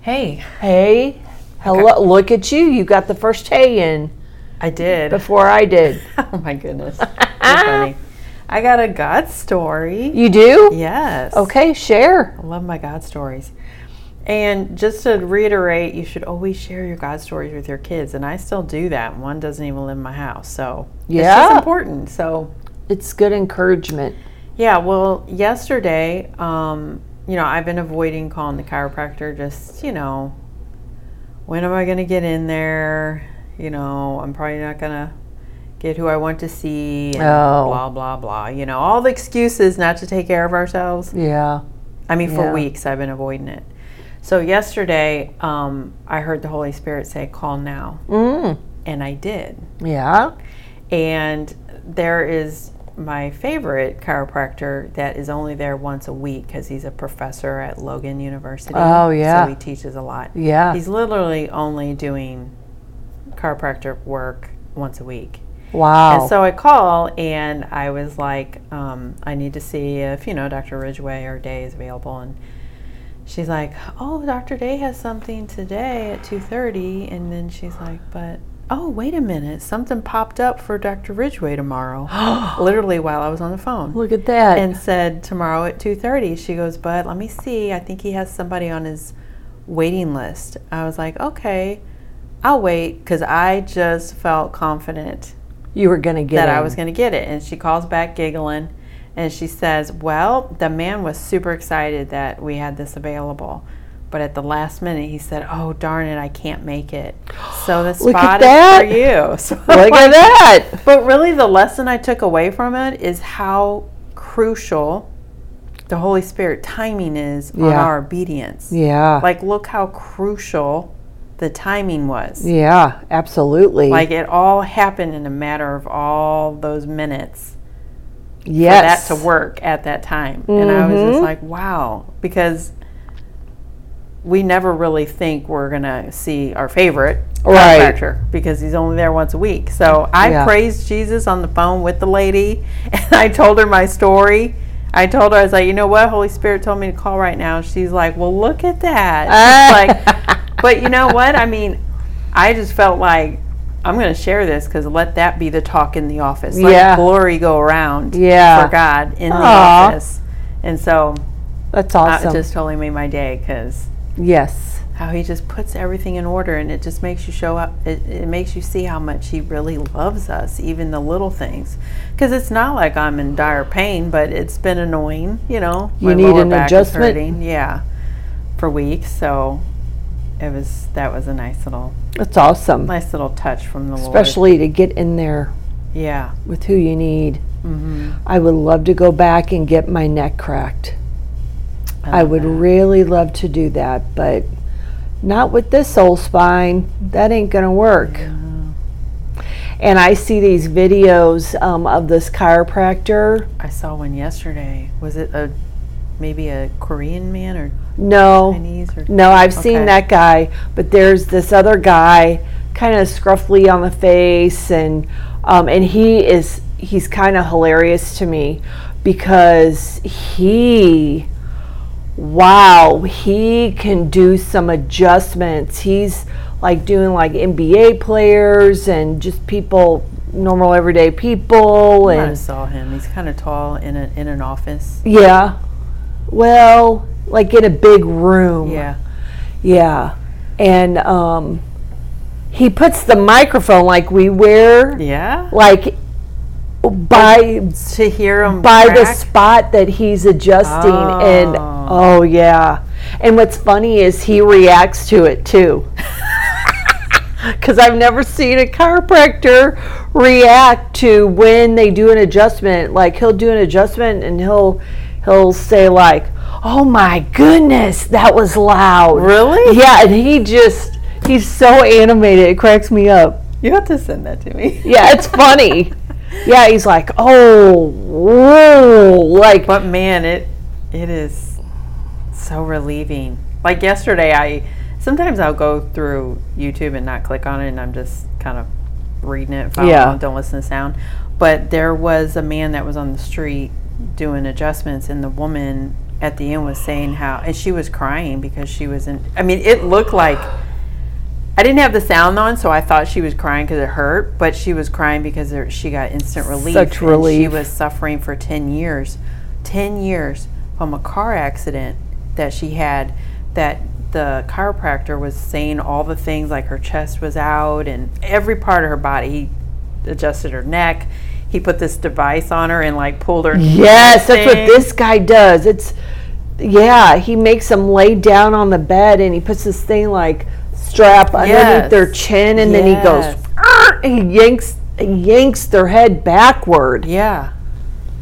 Hey, Hey, hello. Look at you. You got the first hey in I did. before I did. oh my goodness. You're funny. I got a God story. You do? Yes. Okay, share. I love my God stories. And just to reiterate, you should always share your God stories with your kids. And I still do that. One doesn't even live in my house. So it's Yeah. just important. So It's good encouragement. Yeah, well, yesterday, um, you know, I've been avoiding calling the chiropractor just, you know, when am I going to get in there? You know, I'm probably not going to get who I want to see and Oh. blah blah blah. You know, all the excuses not to take care of ourselves. Yeah. I mean, for Yeah. weeks I've been avoiding it. So yesterday, um, I heard the Holy Spirit say, "Call now," Mm. and I did Yeah. and there is my favorite chiropractor that is only there once a week because he's a professor at Logan University. Oh, yeah. so he teaches a lot. Yeah. He's literally only doing chiropractor work once a week. wow. And so I call and I was like, um, I need to see if, you know, Dr. Ridgway or Day is available. And she's like, oh, Dr. Day has something today at 2.30. And then she's like, but, oh, wait a minute. Something popped up for Dr. Ridgway tomorrow, literally while I was on the phone Look at that. and said tomorrow at 2.30 she goes but let me see i think he has somebody on his waiting list i was like okay i'll wait because i just felt confident you were going to get that in. i was going to get it and she calls back giggling and she says well the man was super excited that we had this available but at the last minute he said oh darn it i can't make it so the Look at spot that. is for you so I'm Look at like, that. but really, the lesson I took away from it is how crucial the Holy Spirit timing is on Yeah. our obedience. Yeah. Like, look how crucial the timing was. yeah, absolutely. Like, it all happened in a matter of all those minutes yes. Mm-hmm. for that to work at that time. And I was just like, wow, because we never really think we're going to see our favorite Right. chiropractor because he's only there once a week. So I Yeah. praised Jesus on the phone with the lady and I told her my story. I told her, I was like, you know what? Holy Spirit told me to call right now. She's like, well, look at that. She's like, but you know what? I mean, I just felt like I'm going to share this because let that be the talk in the office. Let Yeah. glory go around Yeah. for God in the Aw. office. And so That's that awesome. just totally made my day because yes. how he just puts everything in order and it just makes you show up. It, it makes you see how much he really loves us, even the little things. Because it's not like I'm in dire pain, but it's been annoying, you know. You need an back is adjustment? hurting, yeah, for weeks. So it was that was a nice little That's awesome. nice little touch from the Lord. Especially to get in there Yeah. with who you need. I would love to go back and get my neck cracked. I love would really love to do that, but not with this old spine. That ain't going to work. And I see these videos um, of this chiropractor. I saw one yesterday. Was it a maybe a Korean man or No, Chinese or no, I've seen Okay. that guy, but there's this other guy, kind of scruffly on the face, and um, and he is he's kind of hilarious to me because he wow, he can do some adjustments. He's like doing like NBA players and just people, normal everyday people, I and saw him. He's kind of tall in a, in an office. yeah, well, like in a big room, Yeah. yeah, and um, he puts the microphone like we wear, Yeah. like by To hear him by the crack? spot that he's adjusting and Oh. oh yeah and what's funny is he reacts to it too because i've never seen a chiropractor react to when they do an adjustment like he'll do an adjustment and he'll he'll say like "Oh my goodness, that was loud." Really? Yeah, and he just he's so animated, it cracks me up. You have to send that to me. Yeah, it's funny. yeah, he's like, "Oh, whoa!" Like, But man, it it is so relieving. Like yesterday, I sometimes I'll go through YouTube and not click on it, and I'm just kind of reading it. Follow Yeah. along, Don't listen to sound. But there was a man that was on the street doing adjustments, and the woman at the end was saying how, and she was crying because she was in. I mean, it looked like. I didn't have the sound on, so I thought she was crying because it hurt, but she was crying because there, she got instant relief. Such and She relief. was suffering for 10 years, 10 years from a car accident that she had that the chiropractor was saying all the things like her chest was out and every part of her body. He adjusted her neck. He put this device on her and like pulled her. into yes, that's what thing. this guy does. It's yeah, he makes them lay down on the bed, and he puts this thing like strap underneath Yes. their chin, and then he Yes. goes, "Arr!" and he yanks yanks their head backward. Yeah.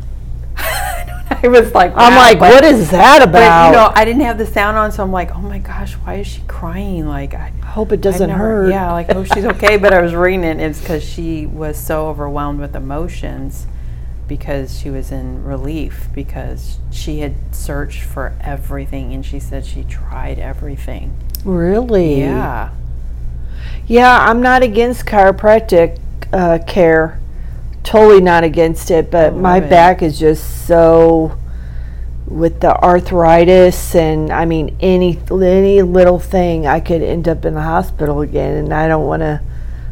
I was like, I'm wow, like, but- what is that But about? you know, I didn't have the sound on, so I'm like, oh my gosh, why is she crying? Like, I I hope it I've doesn't never- hurt. Yeah, like, oh, she's okay. but I was reading it, it's because she was so overwhelmed with emotions because she was in relief because she had searched for everything and she said she tried everything. Really? Yeah. Yeah, I'm not against chiropractic uh, care. Totally not against it, but Oh, my right. back is just so with the arthritis and I mean any any little thing I could end up in the hospital again and I don't want to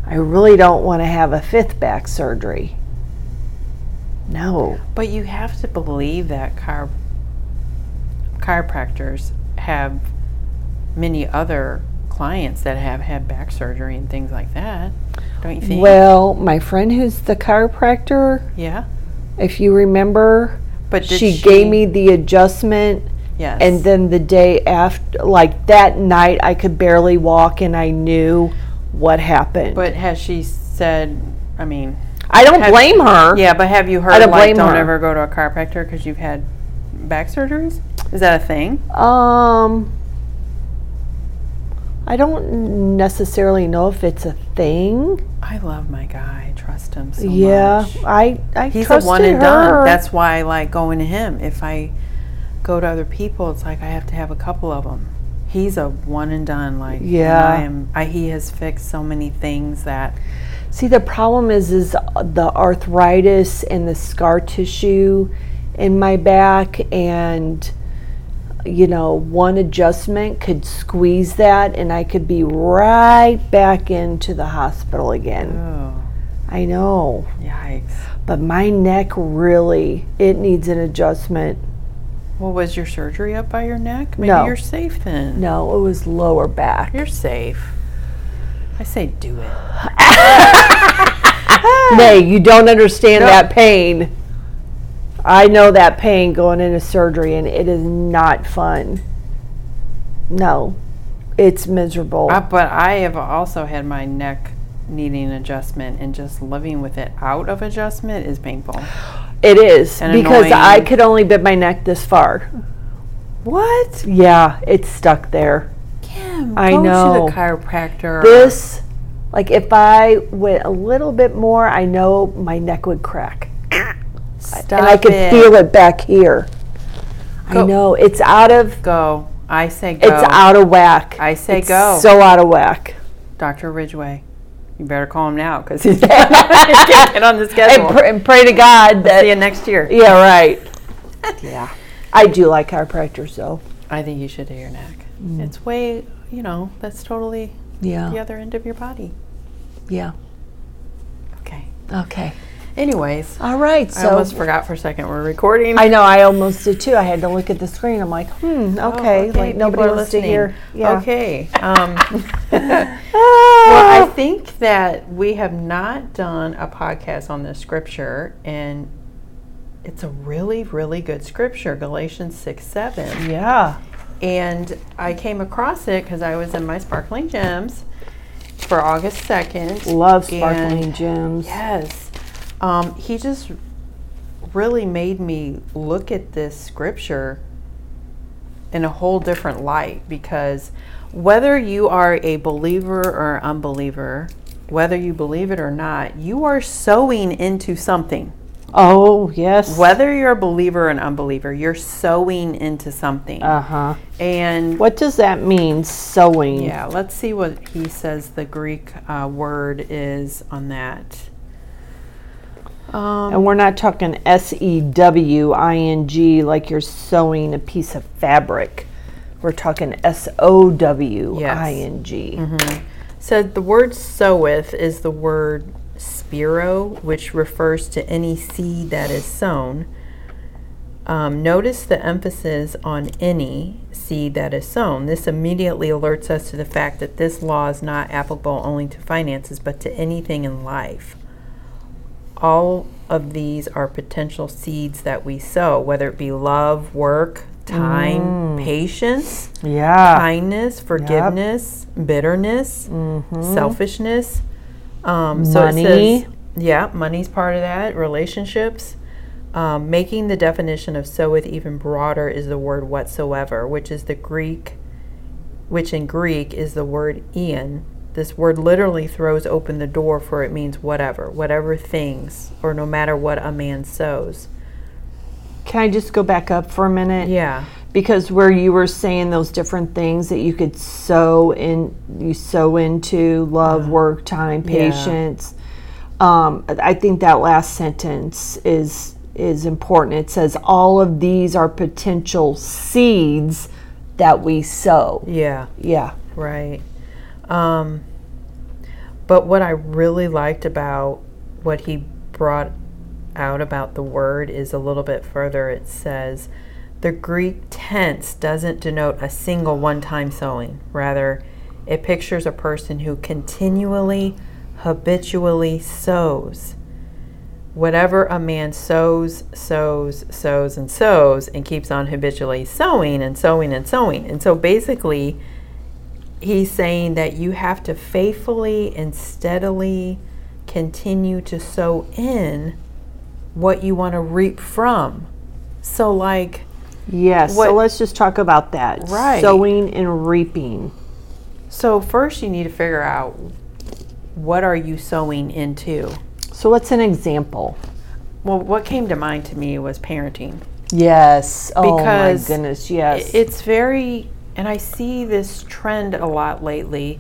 I really don't want to have a fifth back surgery. No. But you have to believe that chiro- chiropractors have many other clients that have had back surgery and things like that. Don't you think? Well, my friend who's the chiropractor, yeah. if you remember, But did she gave me the adjustment yes. And then the day after, like that night, I could barely walk and I knew what happened. But has she said? I mean, I don't have- blame her. yeah. But have you heard? don't like, blame don't her. ever go to a chiropractor because you've had back surgeries. Is that a thing? Um, I don't necessarily know if it's a thing. I love my guy. I trust him so yeah, much. I I He's a trusted one and her. done. That's why I like going to him. If I go to other people, it's like I have to have a couple of them. He's a one and done. Like and Yeah. I am. I, he has fixed so many things that See, the problem is is uh, the arthritis and the scar tissue in my back and you know, one adjustment could squeeze that and I could be right back into the hospital again. oh I know, yikes. but my neck really it needs an adjustment. Well, was your surgery up by your neck? Maybe No. you're safe then. No, it was lower back. You're safe. I say do it. Nay, you don't understand No. that pain. I know that pain going into surgery, and it is not fun. No, it's miserable. Uh, but I have also had my neck needing adjustment, and just living with it out of adjustment is painful. it is and because I annoying. could only bend my neck this far. What? Yeah, it's stuck there. Kim, I go know. to the chiropractor. This, like, if I went a little bit more, I know my neck would crack, Stop and I could it. feel it back here. I Go- know it's out of Go. I say go. it's out of whack. I say It's go. So out of whack. Dr. Ridgeway. You better call him now because he's can't get on the schedule. and, pr- and pray to God that. See you next year. Yeah, right. yeah. I do like chiropractors, though. I think you should do your neck. Mm. It's way, you know, that's totally Yeah. the other end of your body. Yeah. Okay. Okay. Anyways, All right. I So almost forgot for a second we're recording. I know I almost did too. I had to look at the screen. I'm like, hmm, Oh, okay. Like people nobody are wants to hear. listening. Yeah. Okay. Um, well, I Ah. think that we have not done a podcast on this scripture, and it's a really, really good scripture, Galatians 6 7. yeah. And I came across it because I was in my sparkling gems for August 2nd. Love and- sparkling gems. Yes. Um, he just really made me look at this scripture in a whole different light because whether you are a believer or unbeliever, whether you believe it or not, you are sowing into something. Oh, yes. Whether you're a believer or an unbeliever, you're sowing into something. Uh huh. and What does that mean, sewing? yeah, let's see what he says the Greek uh, word is on that. Um, And we're not talking S E W I N G like you're sewing a piece of fabric. We're talking S O W I N G. Mm-hmm. So the word soweth is the word spiro, which refers to any seed that is sown. Um, notice the emphasis on any seed that is sown. This immediately alerts us to the fact that this law is not applicable only to finances, but to anything in life. All of these are potential seeds that we sow, whether it be love, work, time, patience Yeah. kindness, forgiveness, bitterness, selfishness. Um, so it Money. says, yeah, money's part of that. Relationships. Um, making the definition of soweth even broader is the word whatsoever, which is the Greek, which in Greek is the word ian. This word literally throws open the door for it means whatever, whatever things, or no matter what a man sows. Can I just go back up for a minute? Yeah. Because where you were saying those different things that you could sew in, you sew into love, work, time, patience. Um, I think that last sentence is is important. It says all of these are potential seeds that we sow. Yeah. Yeah. Right. Um, but what I really liked about what he brought out about the word is a little bit further. It says the Greek tense doesn't denote a single one time sewing, rather, it pictures a person who continually, habitually sows. Whatever a man sows, sows, sows, and sows, and keeps on habitually sowing and sowing and sowing. And so basically, he's saying that you have to faithfully and steadily continue to sow in what you want to reap from. So, like, Yes. What- So let's just talk about that. Right. Sowing and reaping. so first you need to figure out what are you sowing into. So what's an example? Well, what came to mind to me was parenting. Yes. Oh Because my goodness. Yes. It's very, and I see this trend a lot lately.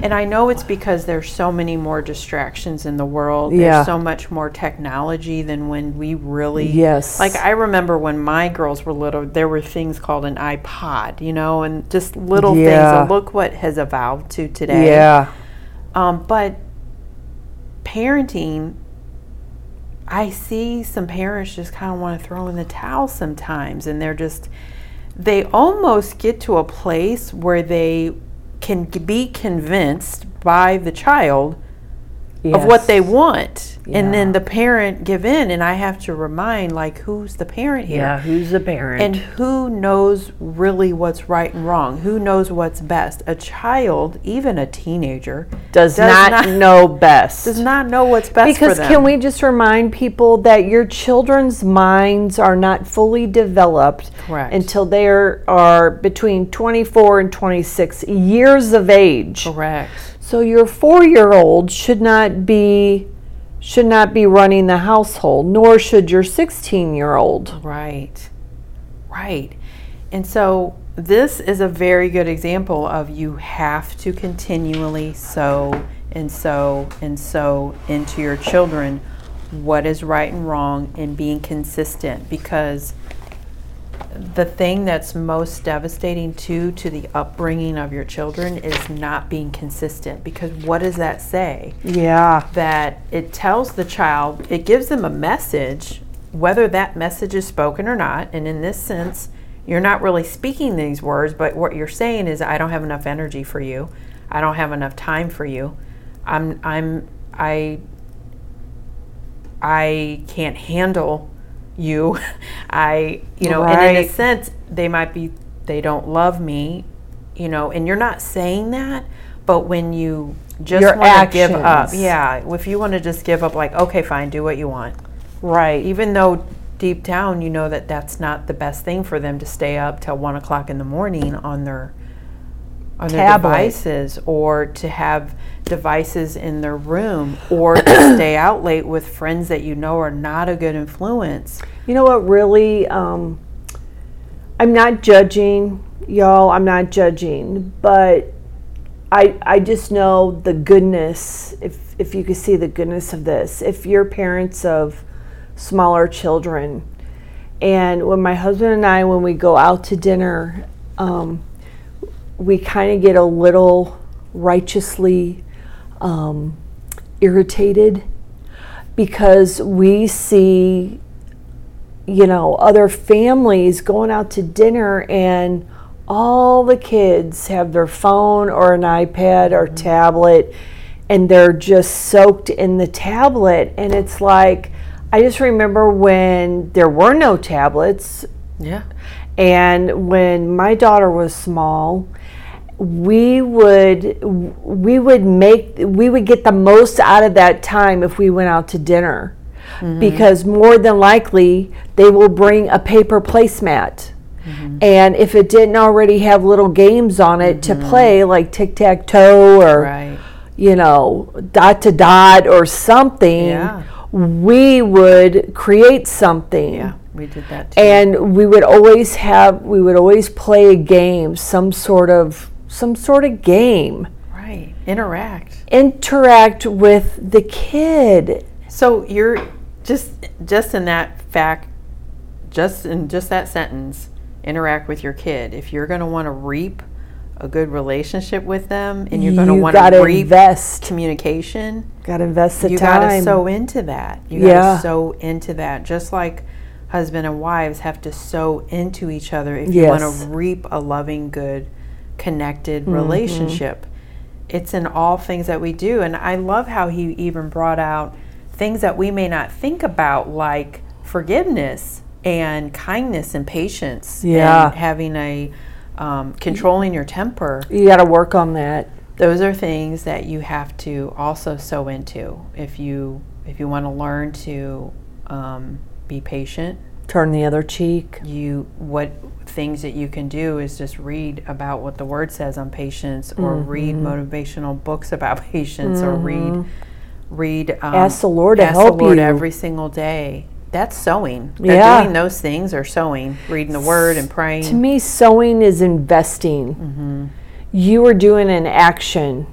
And I know it's because there's so many more distractions in the world. Yeah. There's so much more technology than when we really. Yes. Like I remember when my girls were little, there were things called an iPod, you know, and just little Yeah. things. And look what has evolved to today. yeah. Um, but parenting, I see some parents just kind of want to throw in the towel sometimes, and they're just, they almost get to a place where they can g- be convinced by the child of what they want, and then the parent give in. And I have to remind, like, who's the parent here? Yeah, who's the parent? And who knows really what's right and wrong? Who knows what's best? A child, even a teenager, does, not, know best. does not know what's best for because them. can we just remind people that your children's minds are not fully developed Correct. until they are, are between 24 and 26 years of age. Correct. So your 4-year-old should not be should not be running the household, nor should your 16-year-old. Right. Right. And so this is a very good example of you have to continually sow and sow and sow into your children what is right and wrong and being consistent because the thing that's most devastating too to the upbringing of your children is not being consistent because what does that say? Yeah. that it tells the child, it gives them a message, whether that message is spoken or not. And in this sense, you're not really speaking these words, but what you're saying is, I don't have enough energy for you. I don't have enough time for you. I'm, I'm, I, I can't handle you. I, you know, and in a Right. sense, they might be, they don't love me, you know, and you're not saying that, but when you just Your want to give up, actions. yeah, if you want to just give up, like, okay, fine, do what you want, Right. even though deep down you know that that's not the best thing for them to stay up till one o'clock in the morning on their on their Tablet. devices or to have devices in their room or to stay out late with friends that you know are not a good influence You know what really um I'm not judging y'all, I'm not judging, but I I just know the goodness if if you could see the goodness of this. If you're parents of smaller children and when my husband and I when we go out to dinner um we kind of get a little righteously um, irritated because we see you know, other families going out to dinner and all the kids have their phone or an iPad or tablet and they're just soaked in the tablet. And it's like, I just remember when there were no tablets yeah and when my daughter was small, we would we would make we would get the most out of that time if we went out to dinner. Mm-hmm. Because more than likely they will bring a paper placemat. Mm-hmm. And if it didn't already have little games on it to play like tic tac toe or Mm-hmm. right you know, dot to dot or something, Yeah. we would create something. yeah we did that too And we would always have we would always play a game, some sort of some sort of game. right interact Interact with the kid. So you're just just in that fact, just in just that sentence, interact with your kid. If you're going to want to reap a good relationship with them, and you're going to You want gotta to reap invest. communication, Gotta invest the you got to time. sow into that. You got Yeah. to sow into that. Just like husband and wives have to sow into each other if you want Yes. Mm-hmm. to reap a loving, good, connected relationship. It's in all things that we do. And I love how he even brought out things that we may not think about, like forgiveness and kindness and patience Yeah. and having a um, controlling your temper you gotta work on that. those are things that you have to also sow into if you if you want to learn to um, be patient Turn the other cheek. you what things that you can do is just read about what the word says on patience or Mm-hmm. read motivational books about patience or read read um, Mm-hmm. Ask the Lord to ask help the Lord you. every single day that's sowing That Yeah. doing those things are sowing reading the word and praying To me, sowing is investing. Mm-hmm. You are doing an action.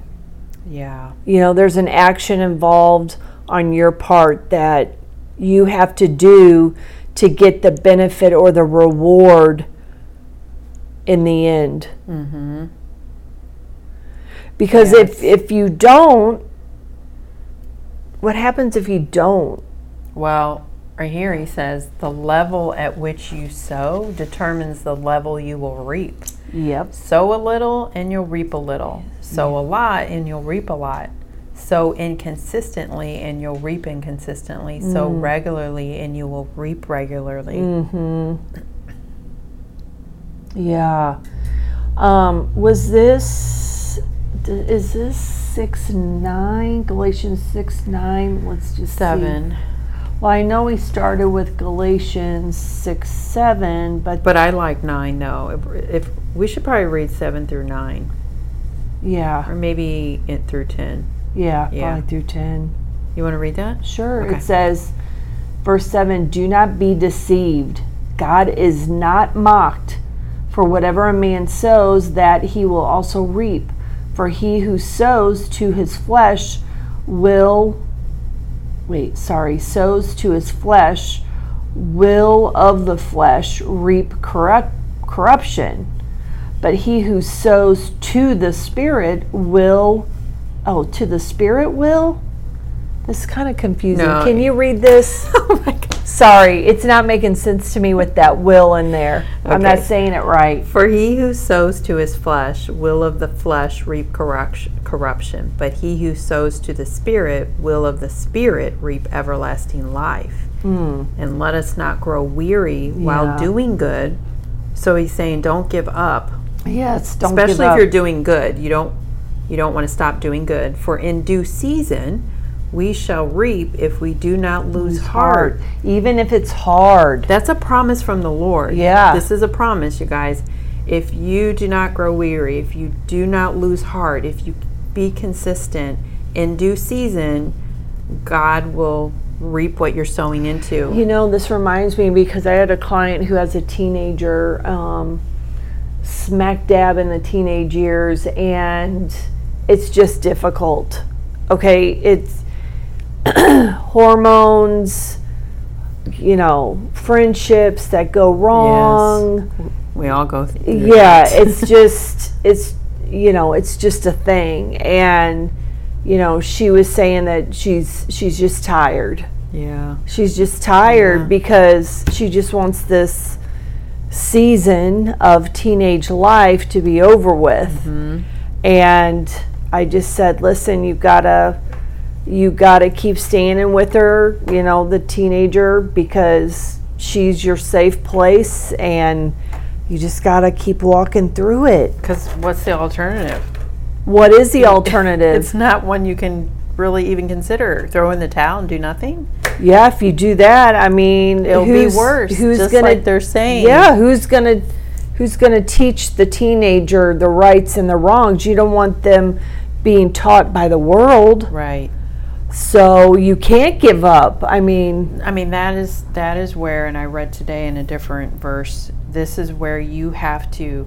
yeah you know there's an action involved on your part that you have to do to get the benefit or the reward in the end mm-hmm. because if if you don't what happens if you don't Well, right here he says the level at which you sow determines the level you will reap. yep Sow a little and you'll reap a little. Sow a lot and you'll reap a lot. Sow inconsistently and you'll reap inconsistently. Sow regularly and you will reap regularly. yeah um was this d- is this six nine galatians six nine let's just see. Seven. Well, I know we started with Galatians 6 7, but, But I like nine though. If, if we should probably read seven through nine, yeah, or maybe it through ten. yeah, Yeah. probably through 10. You want to read that? Sure. Okay. It says, verse 7 Do not be deceived. God is not mocked. For whatever a man sows, that he will also reap. For he who sows to his flesh will, wait, sorry, sows to his flesh will of the flesh reap corrupt, corruption. But he who sows to the Spirit will, oh, to the Spirit will? This is kind of confusing. No. Can you read this? Oh my God. Sorry, it's not making sense to me with that will in there. I'm not Okay. saying it right. For he who sows to his flesh will of the flesh reap corruct- corruption, but he who sows to the Spirit will of the Spirit reap everlasting life. And let us not grow weary while Hmm. Yeah. doing good. So he's saying, don't give up, Yes, don't give especially if up. you're doing good. You don't you don't want to stop doing good. For in due season we shall reap if we do not lose heart. hard, even if it's hard. That's a promise from the Lord. Yeah. This is a promise, you guys. If you do not grow weary, if you do not lose heart, if you be consistent in due season, God will reap what you're sowing into. You know, this reminds me because I had a client who has a teenager, um, smack dab in the teenage years, and it's just difficult. Okay, it's hormones, you know, friendships that go wrong. We all go through Yeah, that. it's just, it's, you know, it's just a thing. And, you know, she was saying that she's she's just tired. yeah. She's just tired Yeah. because she just wants this season of teenage life to be over with. And I just said, "Listen, you gotta, you gotta keep standing with her. You know, the teenager because she's your safe place, and you just gotta keep walking through it. Because what's the alternative? What is the alternative? It's not one you can really even consider. Throw in the towel and do nothing. Yeah, if you do that, I mean, It'll be who's, worse, Who's just gonna? like they're saying. Yeah, who's gonna? Who's gonna teach the teenager the rights and the wrongs? You don't want them being taught by the world, Right. so you can't give up. I mean, I mean that is that is where and I read today in a different verse this is where you have to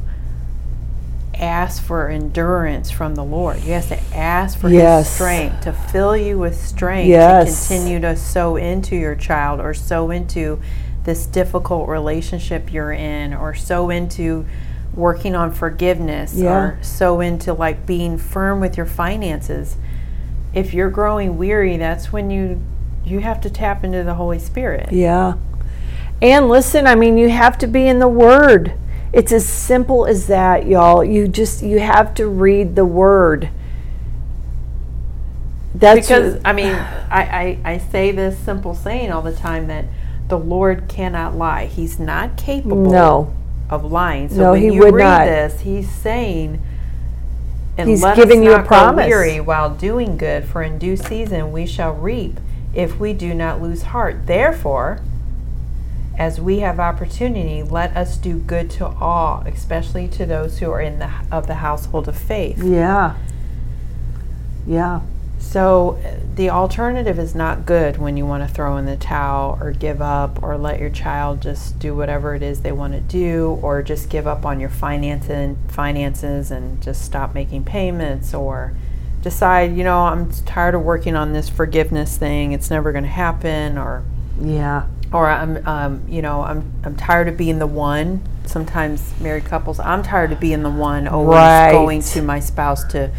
ask for endurance from the Lord. You have to ask for Yes. his strength to fill you with strength Yes. to continue to sow into your child or sow into this difficult relationship you're in or sow into working on forgiveness Yeah. or sow into like being firm with your finances if you're growing weary, that's when you you have to tap into the Holy Spirit. yeah. And listen, I mean, you have to be in the Word. It's as simple as that, y'all. You just you have to read the Word. That's Because I mean, I, I I say this simple saying all the time that the Lord cannot lie. He's not capable no, of lying. So No, when he you would read not. this, he's saying and He's let giving us you a not promise. Grow weary while doing good, for in due season we shall reap if we do not lose heart. Therefore, as we have opportunity, let us do good to all, especially to those who are in the of the household of faith. yeah, yeah. So uh, the alternative is not good when you want to throw in the towel or give up or let your child just do whatever it is they want to do or just give up on your finance and finances and just stop making payments or decide, you know, I'm tired of working on this forgiveness thing. It's never going to happen or Yeah. or I'm, um, you know, I'm, I'm tired of being the one. Sometimes married couples, I'm tired of being the one always Right. going to my spouse to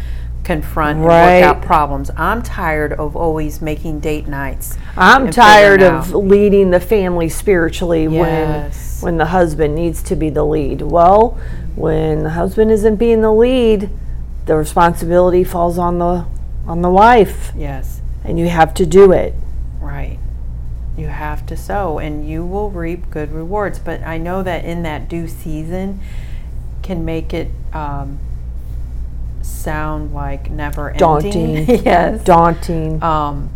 confront and Right. work out problems. I'm tired of always making date nights. I'm and tired figuring of out. leading the family spiritually Yes. when when the husband needs to be the lead. Well, when the husband isn't being the lead, the responsibility falls on the on the wife Yes, and you have to do it. right. You have to sow, and you will reap good rewards. But I know that in that due season, can make it um, sound like never ending. Daunting. yes. Daunting. Um,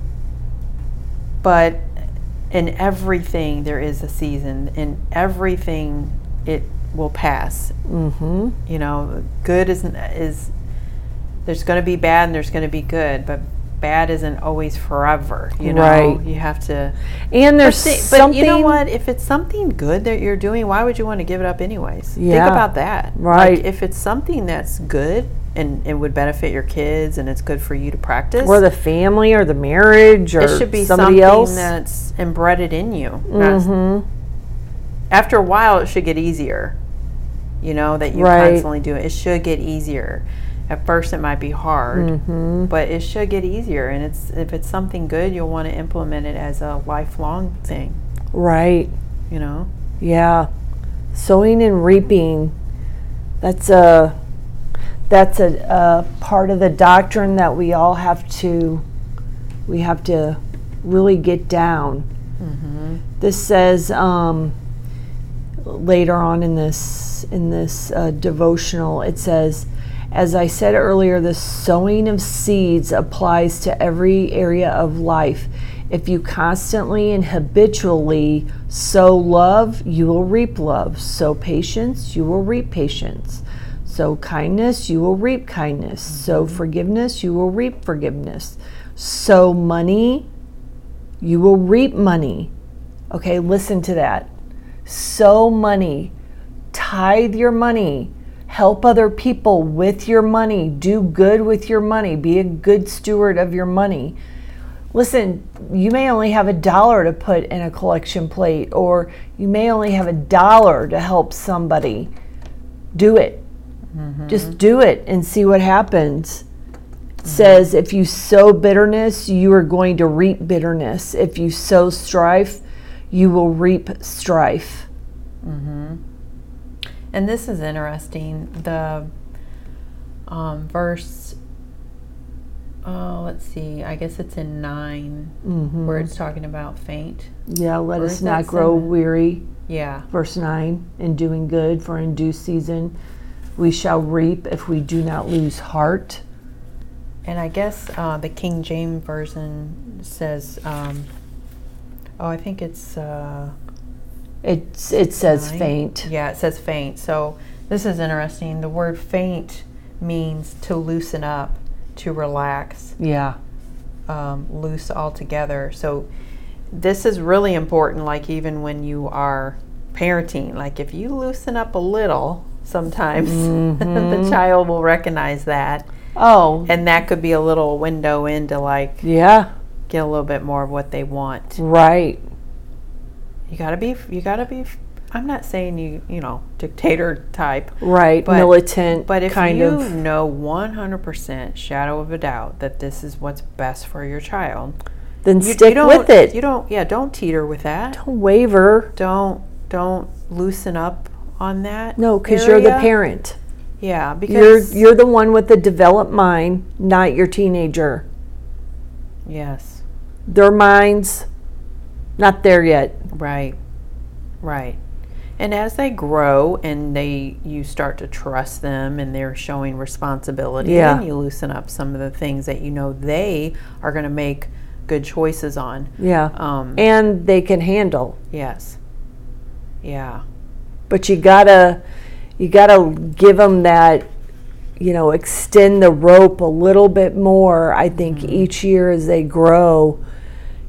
but in everything, there is a season. In everything, it will pass. mhm. You know, good isn't is. There's going to be bad and there's going to be good, but bad isn't always forever. You know, Right. you have to. And But, there's thi- but something you know what? If it's something good that you're doing, why would you want to give it up anyways? Yeah. Think about that. Right. Like if it's something that's good and it would benefit your kids and it's good for you to practice, or the family or the marriage or it should be somebody something else. Mm-hmm. that's embedded in you. Not- After a while, it should get easier. You know that you Right. constantly do it. It should get easier. At first, it might be hard, Mm-hmm. but it should get easier. And it's if it's something good, you'll want to implement it as a lifelong thing. right. You know. Yeah. Sowing and reaping. That's a that's a, a part of the doctrine that we all have to we have to really get down. This says um, later on in this in this uh, devotional, it says, As I said earlier, the sowing of seeds applies to every area of life. If you constantly and habitually sow love, you will reap love. Sow patience, you will reap patience. Sow kindness, you will reap kindness. Sow forgiveness, you will reap forgiveness. Sow money, you will reap money. Okay, listen to that. Sow money, tithe your money, help other people with your money, do good with your money, be a good steward of your money. Listen, you may only have a dollar to put in a collection plate, or you may only have a dollar to help somebody. Do it. Just do it and see what happens says if you sow bitterness, you are going to reap bitterness. If you sow strife, you will reap strife. And this is interesting. The um, verse, oh, let's see, I guess it's in 9 Mm-hmm. where it's talking about faint. Yeah, let Or us is that not grow seven? weary. Yeah. Verse 9 In doing good, for in due season we shall reap if we do not lose heart. And I guess uh, the King James Version says, um, oh, I think it's. Uh, It's, it says Nine. faint. Yeah, it says faint. So this is interesting. The word faint means to loosen up, to relax, Yeah. um, loose altogether. So this is really important, like even when you are parenting, like if you loosen up a little, sometimes the child will recognize that. Oh, And that could be a little window into like yeah. get a little bit more of what they want. Right. You gotta be, you gotta be. I'm not saying you, you know, dictator type, Right. But- Militant. But if kind you of. know 100% shadow of a doubt that this is what's best for your child, Then you, stick you don't, with it. You don't, yeah, don't teeter with that. don't waver. Don't don't loosen up on that. No, because you're the area. parent. Yeah, You're because you're the one with the developed mind, not your teenager. yes, Their minds not there yet. right, right. And as they grow and they you start to trust them and they're showing responsibility, Yeah. then you loosen up some of the things that you know they are going to make good choices on. Yeah. Um, and they can handle. yes, yeah. But you got to you got to give them that you know, extend the rope a little bit more. I think each year as they grow,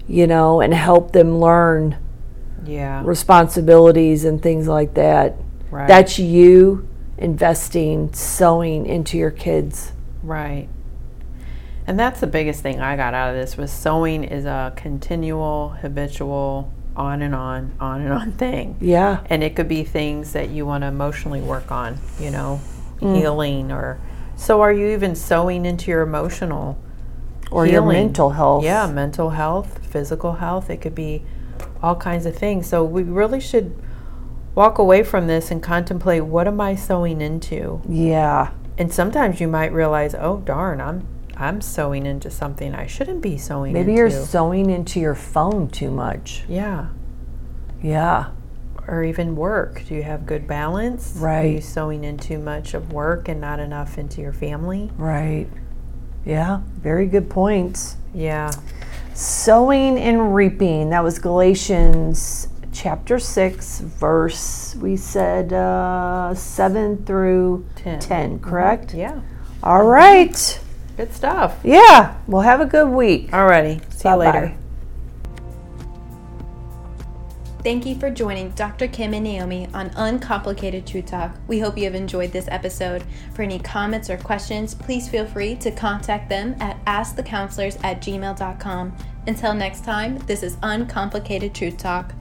you know, and help them learn Yeah. responsibilities and things like that. Right. That's you investing, sewing into your kids. right. And that's the biggest thing I got out of this was sewing is a continual, habitual, on and on, on and on thing. Yeah. And it could be things that you want to emotionally work on, you know, Mm. healing or so are you even sewing into your emotional or your healing. mental health. Yeah, mental health, physical health. It could be all kinds of things. So we really should walk away from this and contemplate what am I sewing into? Yeah. and sometimes you might realize, oh darn, I'm I'm sewing into something I shouldn't be sewing Maybe into. you're sewing into your phone too much. yeah, Yeah. or even work. Do you have good balance? Are you Right. sewing in too much of work and not enough into your family? Right. Yeah. Very good points. Yeah, Sowing and reaping. That was Galatians chapter 6, verse, we said uh, 7 through 10, Ten. Mm-hmm. correct? yeah, All right. good stuff. Yeah. Well, have a good week. Alrighty, see you Bye-bye. later. Thank you for joining Dr. Kim and Naomi on Uncomplicated True Talk. We hope you have enjoyed this episode. For any comments or questions, please feel free to contact them at askthecounselors at gmail.com. Until next time, this is Uncomplicated Truth Talk.